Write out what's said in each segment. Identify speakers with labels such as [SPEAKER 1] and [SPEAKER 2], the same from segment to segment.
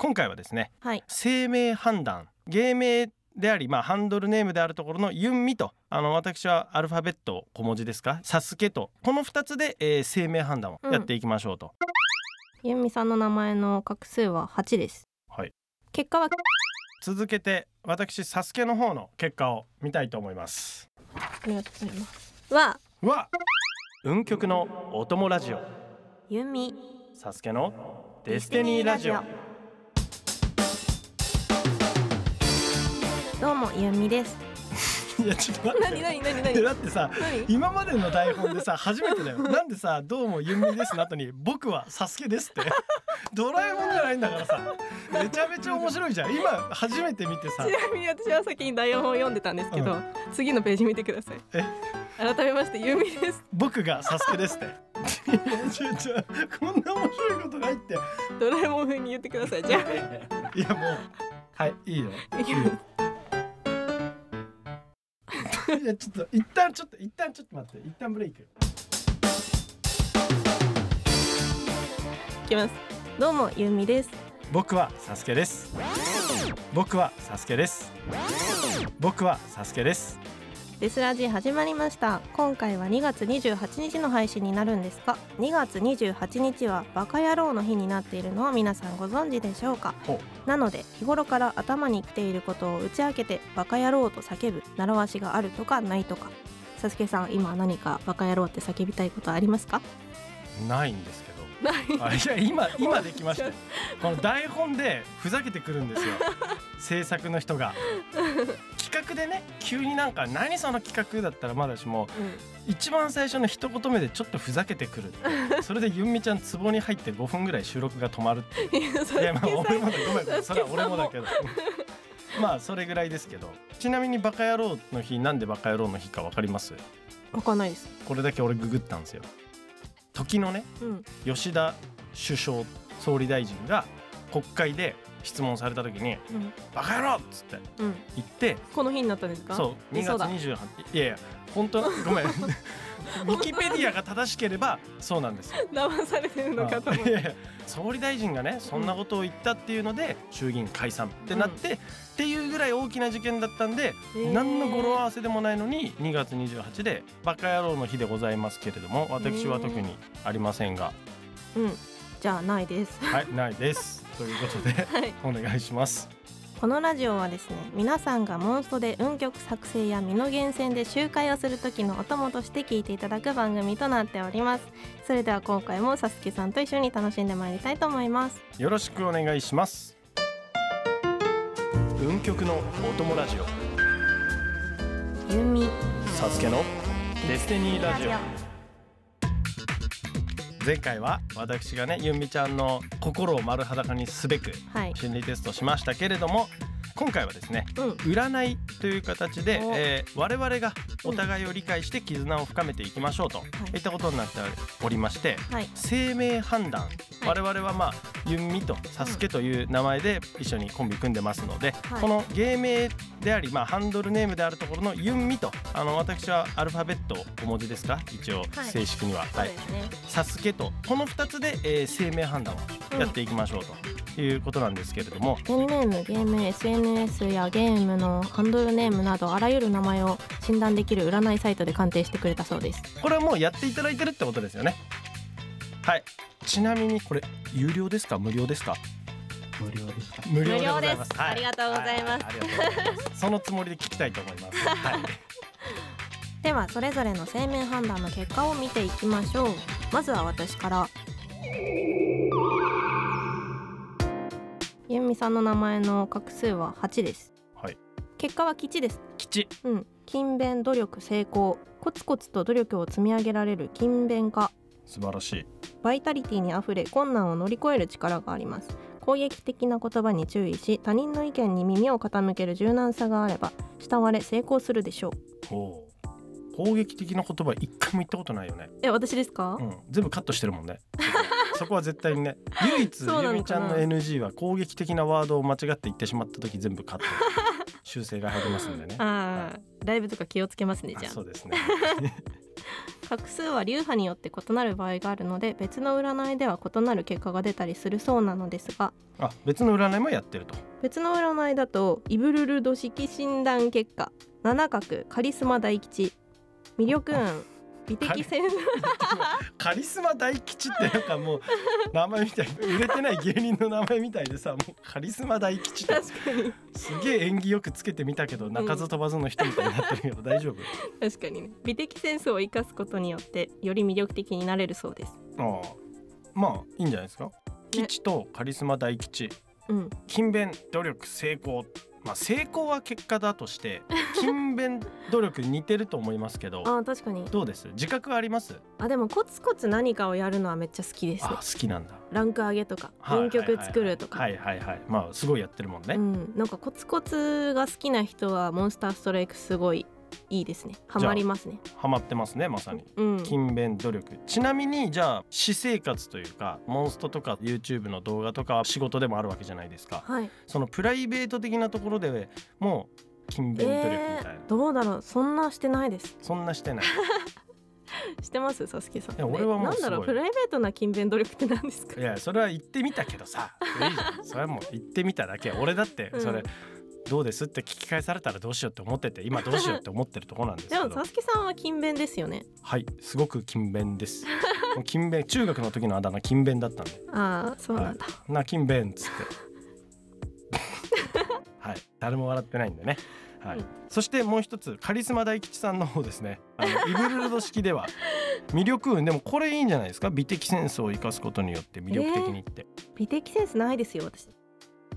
[SPEAKER 1] 今回はですね
[SPEAKER 2] はい。
[SPEAKER 1] 姓名判断芸名であり、まあ、ハンドルネームであるところのユンミとあの私はアルファベット小文字ですかサスケとこの2つで、えー姓名判断をやっていきましょうと、
[SPEAKER 2] ゆみさんの名前の画数は八です。
[SPEAKER 1] はい。
[SPEAKER 2] 結果は
[SPEAKER 1] 続けて私サスケの方の結果を見たいと思います
[SPEAKER 2] ありがとうございます。は
[SPEAKER 1] うわ運極のお供ラジオ
[SPEAKER 2] ゆみ
[SPEAKER 1] サスケのデスティニーラジオ。
[SPEAKER 2] どうもゆみです。
[SPEAKER 1] いやちょっと待って
[SPEAKER 2] なになにな
[SPEAKER 1] だってさ
[SPEAKER 2] 何？
[SPEAKER 1] 今までの台本でさ初めてだよなんでさ「どうもゆみです」の後に「僕はサスケです」ってドラえもんじゃないんだからさめちゃめちゃ面白いじゃん今初めて見てさ
[SPEAKER 2] ちなみに私は先に台本を読んでたんですけど、
[SPEAKER 1] う
[SPEAKER 2] 次のページ見てください。
[SPEAKER 1] え
[SPEAKER 2] 改めましてゆみです。
[SPEAKER 1] 「僕がサスケです」っていやちょちょこんな面白いことないって
[SPEAKER 2] ドラえもん風に言ってください。じゃ
[SPEAKER 1] いやもうはいいいよ
[SPEAKER 2] あ。いきます
[SPEAKER 1] いやちょっと一旦ちょっと一旦ちょっと待って一旦ブレイク
[SPEAKER 2] いきます。どうもゆみです。
[SPEAKER 1] 僕はサスケです僕はサスケです僕はサスケです
[SPEAKER 2] デスラジ始まりました今回は2月28日の配信になるんですが2月28日はバカ野郎の日になっているのを皆さんご存知でしょうか
[SPEAKER 1] ほう
[SPEAKER 2] なので日頃から頭にきていることを打ち明けてバカ野郎と叫ぶ習わしがあるとかないとかサスケさん今何かバカ野郎って叫びたいことありますか
[SPEAKER 1] ないんですけど
[SPEAKER 2] ない
[SPEAKER 1] あいや今今できましたよこの台本でふざけてくるんですよ制作の人が企画でね急になんか「何その企画」だったらまだしも一番最初の一言目でちょっとふざけてくるってそれでゆんみちゃん壺に入って5分ぐらい収録が止まる って
[SPEAKER 2] いやサス
[SPEAKER 1] い
[SPEAKER 2] ケ
[SPEAKER 1] やまあ
[SPEAKER 2] さ
[SPEAKER 1] 俺
[SPEAKER 2] ん
[SPEAKER 1] もだごめんごめんそれは俺もだけどまあそれぐらいですけどちなみに「バカ野郎の日」なんで「バカ野郎の日」か分かります
[SPEAKER 2] わかんないです
[SPEAKER 1] これだけ俺ググったんですよ時のね
[SPEAKER 2] うん
[SPEAKER 1] 吉田首相総理大臣が国会で質問された時に
[SPEAKER 2] うん
[SPEAKER 1] 「バカ野郎!」っつって
[SPEAKER 2] うん
[SPEAKER 1] 言って
[SPEAKER 2] この日になったんですか
[SPEAKER 1] そう2
[SPEAKER 2] え
[SPEAKER 1] 月
[SPEAKER 2] そうだ
[SPEAKER 1] 28日いやいや本当ごめんウィキペディアが正しければそうなんですよ。
[SPEAKER 2] 騙されてる のかと思っ
[SPEAKER 1] い
[SPEAKER 2] て
[SPEAKER 1] やいや総理大臣がねそんなことを言ったっていうので衆議院解散ってなって、っていうぐらい大きな事件だったんで、
[SPEAKER 2] ー
[SPEAKER 1] 何の語呂合わせでもないのに2月28日で「バカ野郎の日」でございますけれども私は特にありませんが、
[SPEAKER 2] うんじゃあないです
[SPEAKER 1] はいないです。ということで。
[SPEAKER 2] はい
[SPEAKER 1] お願いします。
[SPEAKER 2] このラジオはですね皆さんがモンストで運曲作成や身の源泉で集会をする時のお供として聞いていただく番組となっておりますそれでは今回もさすけさんと一緒に楽しんでまいりたいと思います
[SPEAKER 1] よろしくお願いします。運極のお供ラジオ、
[SPEAKER 2] ゆみ
[SPEAKER 1] サスケのデスティニーラジオ。前回は私がね、ゆんみちゃんの心を丸裸にすべく
[SPEAKER 2] はい
[SPEAKER 1] 心理テストしましたけれども、今回はですね。
[SPEAKER 2] うん
[SPEAKER 1] 占いという形で
[SPEAKER 2] お、
[SPEAKER 1] えー我々がお互いを理解して絆を深めていきましょうと、い、ったことになっておりまして、
[SPEAKER 2] はい
[SPEAKER 1] 生命判断、
[SPEAKER 2] はい
[SPEAKER 1] 我々はまあユンミとサスケという名前で一緒にコンビ組んでますので、
[SPEAKER 2] はい
[SPEAKER 1] この芸名であり、まあ、ハンドルネームであるところのユンミとあの私はアルファベット小文字ですか一応
[SPEAKER 2] はい
[SPEAKER 1] 正式には、
[SPEAKER 2] そう
[SPEAKER 1] はい
[SPEAKER 2] ですね
[SPEAKER 1] サスケとこの2つで、えー生命判断
[SPEAKER 2] う
[SPEAKER 1] を
[SPEAKER 2] ん
[SPEAKER 1] やっていきましょうということなんですけれども、
[SPEAKER 2] ペンネームゲーム SNS やゲームのハンドルネームなどあらゆる名前を診断できる占いサイトで鑑定してくれたそうです
[SPEAKER 1] これはもうやっていただいてるってことですよねはいちなみにこれ有料ですか無料ですか
[SPEAKER 3] 無料でした。
[SPEAKER 1] 無料で
[SPEAKER 2] 無料
[SPEAKER 1] ご
[SPEAKER 2] で
[SPEAKER 1] ざ
[SPEAKER 2] す
[SPEAKER 1] います。はい
[SPEAKER 2] ありがとうございま
[SPEAKER 1] は
[SPEAKER 2] す
[SPEAKER 1] はありがとうございますそのつもりで聞きたいと思い ます。はい。
[SPEAKER 2] ではそれぞれの生命判断の結果を見ていきましょうまずは私からゆみさんの名前の画数は8です
[SPEAKER 1] はい
[SPEAKER 2] 結果は吉です
[SPEAKER 1] 吉。
[SPEAKER 2] うん勤勉努力成功コツコツと努力を積み上げられる勤勉家
[SPEAKER 1] 素晴らしい。
[SPEAKER 2] バイタリティにあふれ困難を乗り越える力があります攻撃的な言葉に注意し他人の意見に耳を傾ける柔軟さがあれば慕われ成功するでしょう
[SPEAKER 1] ほう。攻撃的な言葉一回も言ったことないよね。
[SPEAKER 2] え私ですか、
[SPEAKER 1] うん。全部カットしてるもんね。そこは絶対にね。唯一
[SPEAKER 2] そう
[SPEAKER 1] ゆ
[SPEAKER 2] なの
[SPEAKER 1] みち
[SPEAKER 2] か
[SPEAKER 1] ゃ
[SPEAKER 2] なん
[SPEAKER 1] の NG は攻撃的なワードを間違って言ってしまった時全部カット。修正が入りますんでね。
[SPEAKER 2] ああ、ライブとか気をつけますねじ
[SPEAKER 1] あ
[SPEAKER 2] ゃ
[SPEAKER 1] そうですね。
[SPEAKER 2] 画数は流派によって異なる場合があるので別の占いでは異なる結果が出たりするそうなのですが
[SPEAKER 1] あ別の占いもやってると
[SPEAKER 2] 別の占いだとイブルルド式診断結果七角カリスマ大吉魅力運美的センス
[SPEAKER 1] カリスマ大吉ってなんかもう名前みたい売れてない芸人の名前みたいでさもうカリスマ大吉って
[SPEAKER 2] 確かに
[SPEAKER 1] すげえ縁起よくつけてみたけど鳴かず飛ばずの人みたいになってるけど大丈夫
[SPEAKER 2] 確かにね美的センスを生かすことによってより魅力的になれるそうです
[SPEAKER 1] ああまあいいんじゃないですか吉とカリスマ大吉
[SPEAKER 2] うん
[SPEAKER 1] 勤勉努力成功まあ成功は結果だとして 勤勉努力似てると思いますけど
[SPEAKER 2] あー確かに
[SPEAKER 1] どうです自覚はあります
[SPEAKER 2] あでもコツコツ何かをやるのはめっちゃ好きです
[SPEAKER 1] あ好きなんだ
[SPEAKER 2] ランク上げとか
[SPEAKER 1] はい
[SPEAKER 2] 文曲作るとか
[SPEAKER 1] はいはいはいまあすごいやってるもんね、
[SPEAKER 2] うん、なんかコツコツが好きな人はモンスターストライクすごいいいですねハマりますね
[SPEAKER 1] ハマってますねまさに
[SPEAKER 2] うん
[SPEAKER 1] 勤勉努力ちなみにじゃあ私生活というかモンストとか YouTube の動画とかは仕事でもあるわけじゃないですか
[SPEAKER 2] はい
[SPEAKER 1] そのプライベート的なところでもう勤勉努力み
[SPEAKER 2] え
[SPEAKER 1] たいな、
[SPEAKER 2] ー、どうだろうそんなしてないです
[SPEAKER 1] そんなしてない
[SPEAKER 2] してますサスケさん
[SPEAKER 1] いや俺はもう
[SPEAKER 2] なんだ
[SPEAKER 1] す
[SPEAKER 2] ろ
[SPEAKER 1] ごいう
[SPEAKER 2] プライベートな勤勉努力って何ですか
[SPEAKER 1] いやそれは言ってみたけどさいいじゃんそれはもう言ってみただけ俺だって
[SPEAKER 2] うん
[SPEAKER 1] それ、どうですって聞き返されたらどうしようって思ってて今どうしようって思ってるところなんですけ
[SPEAKER 2] でも
[SPEAKER 1] ど
[SPEAKER 2] サスケさんは勤勉ですよね
[SPEAKER 1] はいすごく勤勉ですもう勤勉中学の時のあだ名勤勉だったんで
[SPEAKER 2] ああそうなんだ、
[SPEAKER 1] な勤勉っつって はい誰も笑ってないんでねはい、
[SPEAKER 2] うん
[SPEAKER 1] そしてもう一つカリスマ大吉さんの方ですねあのイブルルド式では 魅力運でもこれいいんじゃないですか美的センスを生かすことによって魅力的にって、
[SPEAKER 2] 美的センスないですよ私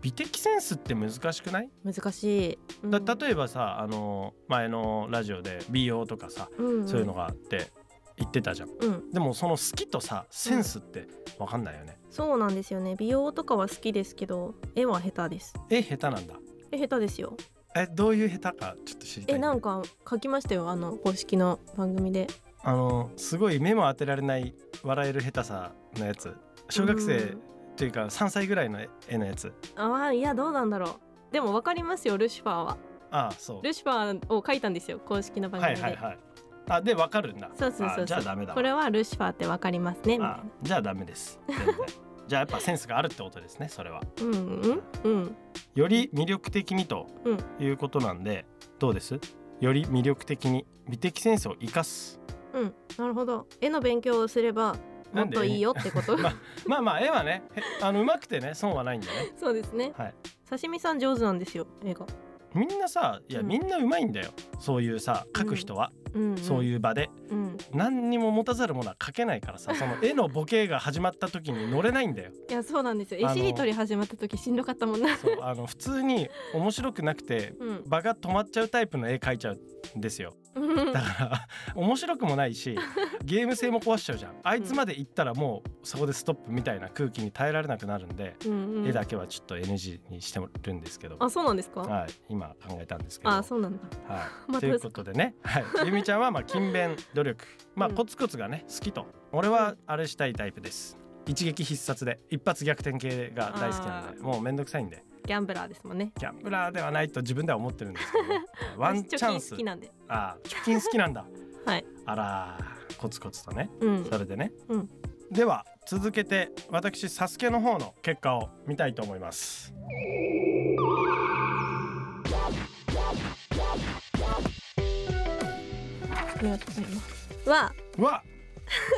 [SPEAKER 1] 美的センスって難しくない、
[SPEAKER 2] 難しい、うん
[SPEAKER 1] だ例えばさあの前のラジオで美容とかさ、
[SPEAKER 2] うん
[SPEAKER 1] そういうのがあって言ってたじゃん
[SPEAKER 2] うん
[SPEAKER 1] でもその好きとさセンスって分かんないよね、
[SPEAKER 2] そうなんですよね美容とかは好きですけど絵は下手です
[SPEAKER 1] え下手なんだ
[SPEAKER 2] え下手ですよ
[SPEAKER 1] えどういう下手かちょっと知りたい
[SPEAKER 2] え
[SPEAKER 1] ね
[SPEAKER 2] なんか書きましたよあの公式の番組で
[SPEAKER 1] あのすごい目も当てられない笑える下手さのやつ小学生
[SPEAKER 2] うん
[SPEAKER 1] というか3歳ぐらいの絵のやつ
[SPEAKER 2] ああいやどうなんだろうでもわかりますよルシファーは
[SPEAKER 1] ああそう
[SPEAKER 2] ルシファーを書いたんですよ公式の番
[SPEAKER 1] は
[SPEAKER 2] 組
[SPEAKER 1] い
[SPEAKER 2] で、
[SPEAKER 1] はいはいあでわかるんだ
[SPEAKER 2] そうそうそうそう
[SPEAKER 1] あじゃあダメだわ
[SPEAKER 2] これはルシファーってわかりますねみ
[SPEAKER 1] あ
[SPEAKER 2] た
[SPEAKER 1] じゃあダメです全然 じゃあやっぱセンスがあるってことですねそれはい
[SPEAKER 2] なうんうんうん
[SPEAKER 1] より魅力的にと
[SPEAKER 2] うん
[SPEAKER 1] いうことなんで、どうですより魅力的に美的センスを生かす
[SPEAKER 2] うんなるほど絵の勉強をすればも
[SPEAKER 1] なん
[SPEAKER 2] っ
[SPEAKER 1] で
[SPEAKER 2] といいよってこと
[SPEAKER 1] ままあまあ絵はねへあのうまくてね損はないんだ ね
[SPEAKER 2] そうですね
[SPEAKER 1] はい
[SPEAKER 2] 刺身さん上手なんですよ絵が、
[SPEAKER 1] みんなさいや
[SPEAKER 2] うん
[SPEAKER 1] みんなうまいんだよ、そういうさ描く人は、
[SPEAKER 2] うんうん、
[SPEAKER 1] そういう場で
[SPEAKER 2] うん
[SPEAKER 1] 何にも持たざるものは描けないからさその絵のボケが始まった時に乗れないんだよ
[SPEAKER 2] いやそうなんですよ
[SPEAKER 1] あ
[SPEAKER 2] 絵
[SPEAKER 1] の
[SPEAKER 2] しりとり始まった時しんどかったもんな
[SPEAKER 1] そうあの普通に面白くなくて
[SPEAKER 2] うん
[SPEAKER 1] 場が止まっちゃうタイプの絵描いちゃうんですよ
[SPEAKER 2] うん
[SPEAKER 1] だから面白くもないしゲーム性も壊しちゃうじゃんあいつまで行ったらもうそこでストップみたいな空気に耐えられなくなるんで、
[SPEAKER 2] うん
[SPEAKER 1] 絵だけはちょっと NG にしてるんですけど
[SPEAKER 2] あそうなんですか
[SPEAKER 1] はい今考えたんですけど
[SPEAKER 2] あそうなんだ
[SPEAKER 1] はい、
[SPEAKER 2] また
[SPEAKER 1] ということでね、はい、ゆみちゃんはまあ勤勉努力、まあ
[SPEAKER 2] うん
[SPEAKER 1] コツコツがね好きと、俺はあれしたいタイプです。一撃必殺で一発逆転系が大好きなんで、もうめんどくさいんで、
[SPEAKER 2] ギャンブラーですもんね
[SPEAKER 1] ギャンブラーではないと自分では思ってるんですけどね、 ワンチャン
[SPEAKER 2] 私貯金
[SPEAKER 1] ス
[SPEAKER 2] 好き、なんで
[SPEAKER 1] あー、貯金好きなんだ。
[SPEAKER 2] はい
[SPEAKER 1] あらー、コツコツとね、
[SPEAKER 2] うん
[SPEAKER 1] それでね。
[SPEAKER 2] うん
[SPEAKER 1] では続けて私サスケの方の結果を見たいと思います。
[SPEAKER 2] ありがとうございます。は
[SPEAKER 1] うわ、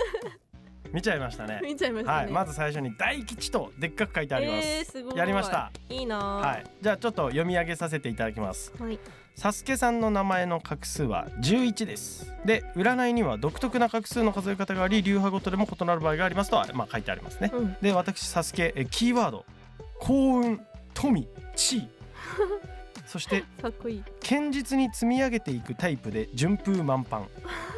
[SPEAKER 1] 見ちゃいましたね。
[SPEAKER 2] 見ちゃいましたね。
[SPEAKER 1] はい、まず最初に大吉とでっかく書いてあります。
[SPEAKER 2] えー、すごい。
[SPEAKER 1] やりました。
[SPEAKER 2] いいな。
[SPEAKER 1] は、
[SPEAKER 2] はい
[SPEAKER 1] じゃあちょっと読み上げさせていただきます。
[SPEAKER 2] い。はい。
[SPEAKER 1] サスケさんの名前の画数は11です。で、占いには独特な画数の数え方があり、流派ごとでも異なる場合がありますとはまあ書いてありますね。
[SPEAKER 2] うん。
[SPEAKER 1] で、私サスケえキーワード幸運、富、地位、そして
[SPEAKER 2] かっこいい。
[SPEAKER 1] 堅実に積み上げていくタイプで順風満帆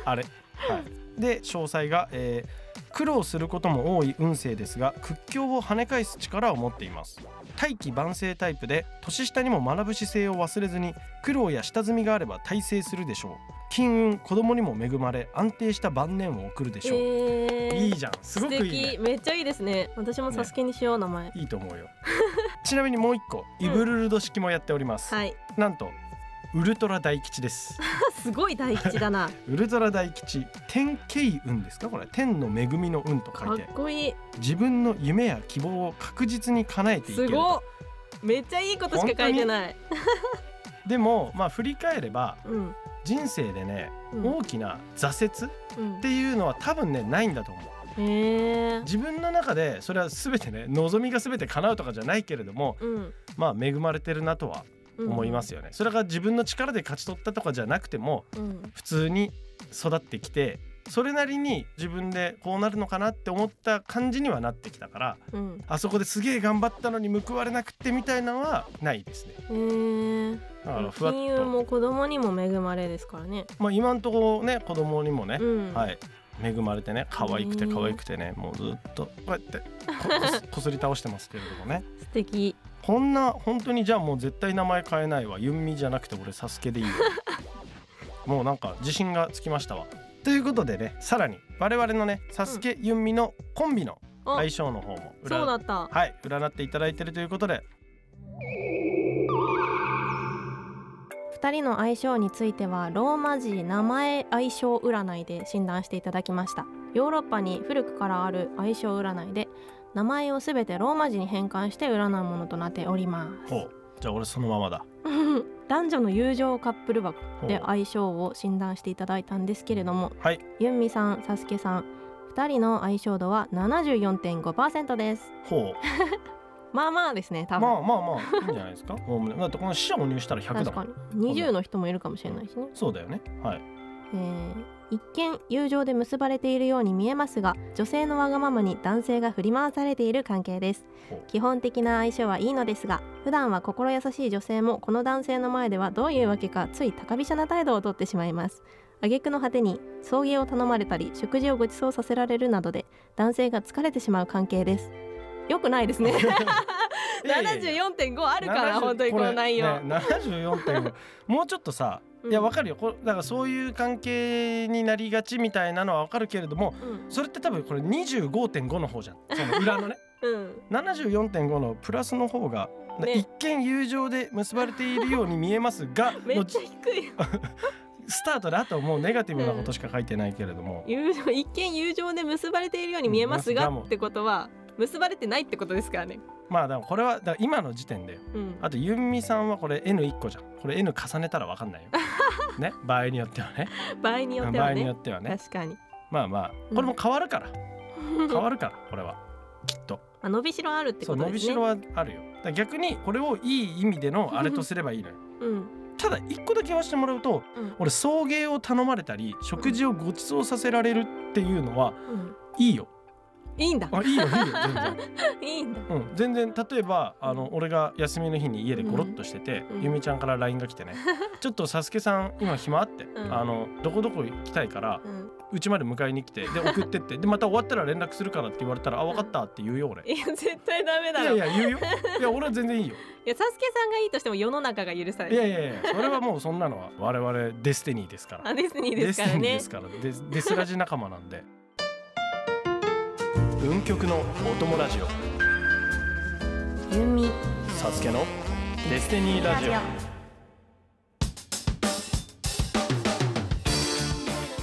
[SPEAKER 1] あれ、はい、で詳細が、えー苦労することも多い運勢ですが屈強を跳ね返す力を持っています大器晩成タイプで年下にも学ぶ姿勢を忘れずに苦労や下積みがあれば大成するでしょう金運子供にも恵まれ安定した晩年を送るでしょう、
[SPEAKER 2] えー、
[SPEAKER 1] いいじゃんすごくいいね
[SPEAKER 2] 素敵。めっちゃいいですね。私もサスケにしよう、名前。
[SPEAKER 1] いいと思うよちなみにもう一個イブルルド式もやっております、
[SPEAKER 2] はい。
[SPEAKER 1] なんとウルトラ大吉です。
[SPEAKER 2] すごい大吉だな
[SPEAKER 1] ウルトラ大吉天慶運ですかこれ天の恵みの運と
[SPEAKER 2] か
[SPEAKER 1] 書
[SPEAKER 2] っ
[SPEAKER 1] いて
[SPEAKER 2] こいい
[SPEAKER 1] 自分の夢や希望を確実に叶えていけ
[SPEAKER 2] す
[SPEAKER 1] る
[SPEAKER 2] ごっめっちゃいいことしか書いてない
[SPEAKER 1] でもまあ振り返れば
[SPEAKER 2] うん
[SPEAKER 1] 人生でね
[SPEAKER 2] うん
[SPEAKER 1] 大きな挫折
[SPEAKER 2] うん
[SPEAKER 1] っていうのは多分ねないんだと思う
[SPEAKER 2] へえ
[SPEAKER 1] 自分の中でそれは全てね望みが全て叶うとかじゃないけれども
[SPEAKER 2] うん
[SPEAKER 1] まあ恵まれてるなとは
[SPEAKER 2] うん
[SPEAKER 1] 思いますよね、それが自分の力で勝ち取ったとかじゃなくても
[SPEAKER 2] うん
[SPEAKER 1] 普通に育ってきてそれなりに自分でこうなるのかなって思った感じにはなってきたから
[SPEAKER 2] うん
[SPEAKER 1] あそこですげえ頑張ったのに報われなくってみたいなのはないですね。
[SPEAKER 2] へえ
[SPEAKER 1] だからふわっ
[SPEAKER 2] 金融
[SPEAKER 1] と、
[SPEAKER 2] も子供にも恵まれですからね
[SPEAKER 1] まあ、今んとこね子供にもね、
[SPEAKER 2] うん
[SPEAKER 1] はい恵まれてね可愛くて
[SPEAKER 2] ね
[SPEAKER 1] 可愛くてねもうずっとこうやってここす こすり倒してますけれどもね
[SPEAKER 2] 素敵
[SPEAKER 1] こんな本当にじゃあもう絶対名前変えないわユンミじゃなくて俺サスケでい いよもうなんか自信がつきましたわということでねさらに我々のねサスケユンミのコンビの
[SPEAKER 2] あ
[SPEAKER 1] 相性の方も占
[SPEAKER 2] そうだった
[SPEAKER 1] はい占っていただいてるということで
[SPEAKER 2] 2人の相性についてはローマ字名前相性占いで診断していただきましたヨーロッパに古くからある相性占いで名前をすべてローマ字に変換して占うものとなっておりま
[SPEAKER 1] ほうじゃあ俺そのままだ
[SPEAKER 2] す 男女の友情カップル枠
[SPEAKER 1] ほう
[SPEAKER 2] で相性を診断していただいたんですけれども
[SPEAKER 1] はい
[SPEAKER 2] ユンミさんサスケさん2人の相性度は74.5%です
[SPEAKER 1] ほう
[SPEAKER 2] まあまあですね
[SPEAKER 1] ま
[SPEAKER 2] 多
[SPEAKER 1] あ
[SPEAKER 2] 分、
[SPEAKER 1] まあまあいいんじゃない ですかおおむねだってこの死者を入したら100だ
[SPEAKER 2] 確
[SPEAKER 1] も
[SPEAKER 2] か
[SPEAKER 1] ん
[SPEAKER 2] に20の人もいるかもしれないしね
[SPEAKER 1] そうだよね はい
[SPEAKER 2] えー一見友情で結ばれているように見えますが女性のわがままに男性が振り回されている関係です
[SPEAKER 1] ほう
[SPEAKER 2] 基本的な相性はいいのですが普段は心優しい女性もこの男性の前ではどういうわけかつい高飛車な態度をとってしまいます挙句の果てに送迎を頼まれたり食事をご馳走させられるなどで男性が疲れてしまう関係ですよくないです ね
[SPEAKER 1] いやいやいや
[SPEAKER 2] 74.5あるから
[SPEAKER 1] 70
[SPEAKER 2] 本当にこの内容、
[SPEAKER 1] れね、74.5もうちょっとさいや
[SPEAKER 2] うん
[SPEAKER 1] わかるよこれだからそういう関係になりがちみたいなのはわかるけれども
[SPEAKER 2] うん
[SPEAKER 1] それって多分これ25.5の方じゃんその裏の ね
[SPEAKER 2] うん
[SPEAKER 1] 74.5のプラスの方が、
[SPEAKER 2] ね
[SPEAKER 1] 一見友情で結ばれているように見えますが
[SPEAKER 2] めっ
[SPEAKER 1] の
[SPEAKER 2] ちゃ低い
[SPEAKER 1] スタートであとはもうネガティブなことしか書いてないけれども、
[SPEAKER 2] 友情一見友情で結ばれているように見えます
[SPEAKER 1] 見え
[SPEAKER 2] が
[SPEAKER 1] ますがも
[SPEAKER 2] ってことは結ばれてないってことですからね。
[SPEAKER 1] まあでもこれはだから今の時点で
[SPEAKER 2] うん、
[SPEAKER 1] あとユンミさんはこれ N1 個じゃんこれ N 重ねたらわかん ないよね場合によってはね
[SPEAKER 2] 場合によって
[SPEAKER 1] 場
[SPEAKER 2] は
[SPEAKER 1] 合に
[SPEAKER 2] ね
[SPEAKER 1] よってはね
[SPEAKER 2] 確かに
[SPEAKER 1] まあまあこれも変わる から、変わるからこれはきっと
[SPEAKER 2] あ伸びしろあるって
[SPEAKER 1] そ
[SPEAKER 2] こ
[SPEAKER 1] う
[SPEAKER 2] と
[SPEAKER 1] 伸
[SPEAKER 2] で
[SPEAKER 1] び
[SPEAKER 2] す
[SPEAKER 1] し
[SPEAKER 2] ね。
[SPEAKER 1] ろはあるよだから逆にこれをいい意味でのあれとすればいいのよ
[SPEAKER 2] うん
[SPEAKER 1] ただ一個だけ言わせてもらうと
[SPEAKER 2] うん
[SPEAKER 1] 俺送迎を頼まれたり食事をご馳走させられるっていうのは
[SPEAKER 2] うん、
[SPEAKER 1] いいよ
[SPEAKER 2] いいんだ
[SPEAKER 1] あいいよいいよ全然
[SPEAKER 2] いいんだ。
[SPEAKER 1] うん全然例えばあの俺が休みの日に家でゴロッとしてて、
[SPEAKER 2] うん
[SPEAKER 1] ゆみちゃんから LINE が来て ね「ちょっとサスケさん今暇あって、
[SPEAKER 2] ん
[SPEAKER 1] あのどこどこ行きたいから
[SPEAKER 2] うん、
[SPEAKER 1] うちまで迎えに来てで送ってってでまた終わったら連絡するから」って言われたら「あ分かった」って言うよ俺。
[SPEAKER 2] いや絶対ダメだ
[SPEAKER 1] いや
[SPEAKER 2] ろ。
[SPEAKER 1] い
[SPEAKER 2] いや
[SPEAKER 1] や言う よ。いや俺は全然いいよ。
[SPEAKER 2] サスケさんがいいとしても世の中が許さ
[SPEAKER 1] い
[SPEAKER 2] れ
[SPEAKER 1] や
[SPEAKER 2] る。
[SPEAKER 1] いやいやそれはもうそんなのは我々デスティニーですから。
[SPEAKER 2] あディズニーですから
[SPEAKER 1] デ
[SPEAKER 2] ね
[SPEAKER 1] ス。ティニーですからデデスラジ仲間なんで。文曲のお供ラジオ
[SPEAKER 2] ユミ
[SPEAKER 1] サスケのデスティニーラジオ。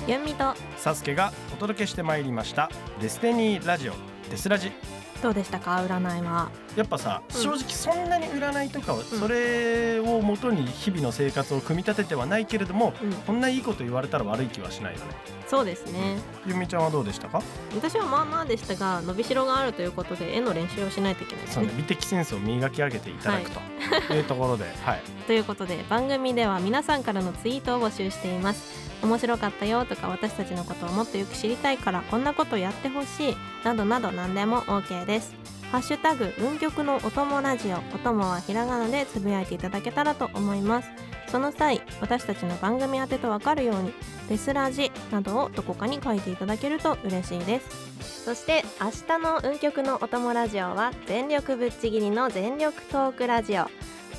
[SPEAKER 2] ユミと
[SPEAKER 1] サスケがお届けしてまいりましたデスティニーラジオデスラジ。
[SPEAKER 2] どうでしたか占いは。
[SPEAKER 1] やっぱさ、
[SPEAKER 2] うん
[SPEAKER 1] 正直そんなに占いとかはそれをもとに日々の生活を組み立ててはないけれども、
[SPEAKER 2] うん
[SPEAKER 1] こんないいこと言われたら悪い気はしないよね。
[SPEAKER 2] そうですね。
[SPEAKER 1] ゆみちゃんはどうでしたか？
[SPEAKER 2] 私はまあまあでしたが伸びしろがあるということで絵の練習をしないといけないです
[SPEAKER 1] そう
[SPEAKER 2] ね
[SPEAKER 1] ね、美的センスを磨き上げていただくというところで、はい、
[SPEAKER 2] ということで番組では皆さんからのツイートを募集しています面白かったよとか私たちのことをもっとよく知りたいからこんなことやってほしいなどなど何でも OK ですハッシュタグ運極のお供ラジオお供はひらがなでつぶやいていただけたらと思いますその際私たちの番組宛てとわかるようにデスラジなどをどこかに書いていただけると嬉しいですそして明日の運極のお供ラジオは全力ぶっちぎりの全力トークラジオ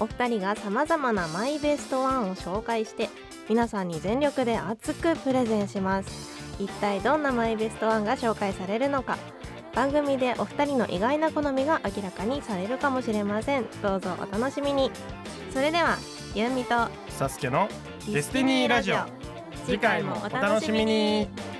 [SPEAKER 2] お二人がさまざまなマイベストワンを紹介して皆さんに全力で熱くプレゼンします一体どんなマイベストワンが紹介されるのか番組でお二人の意外な好みが明らかにされるかもしれませんどうぞお楽しみにそれではゆうみと
[SPEAKER 1] サスケのデスティニーラジオ次回もお楽しみに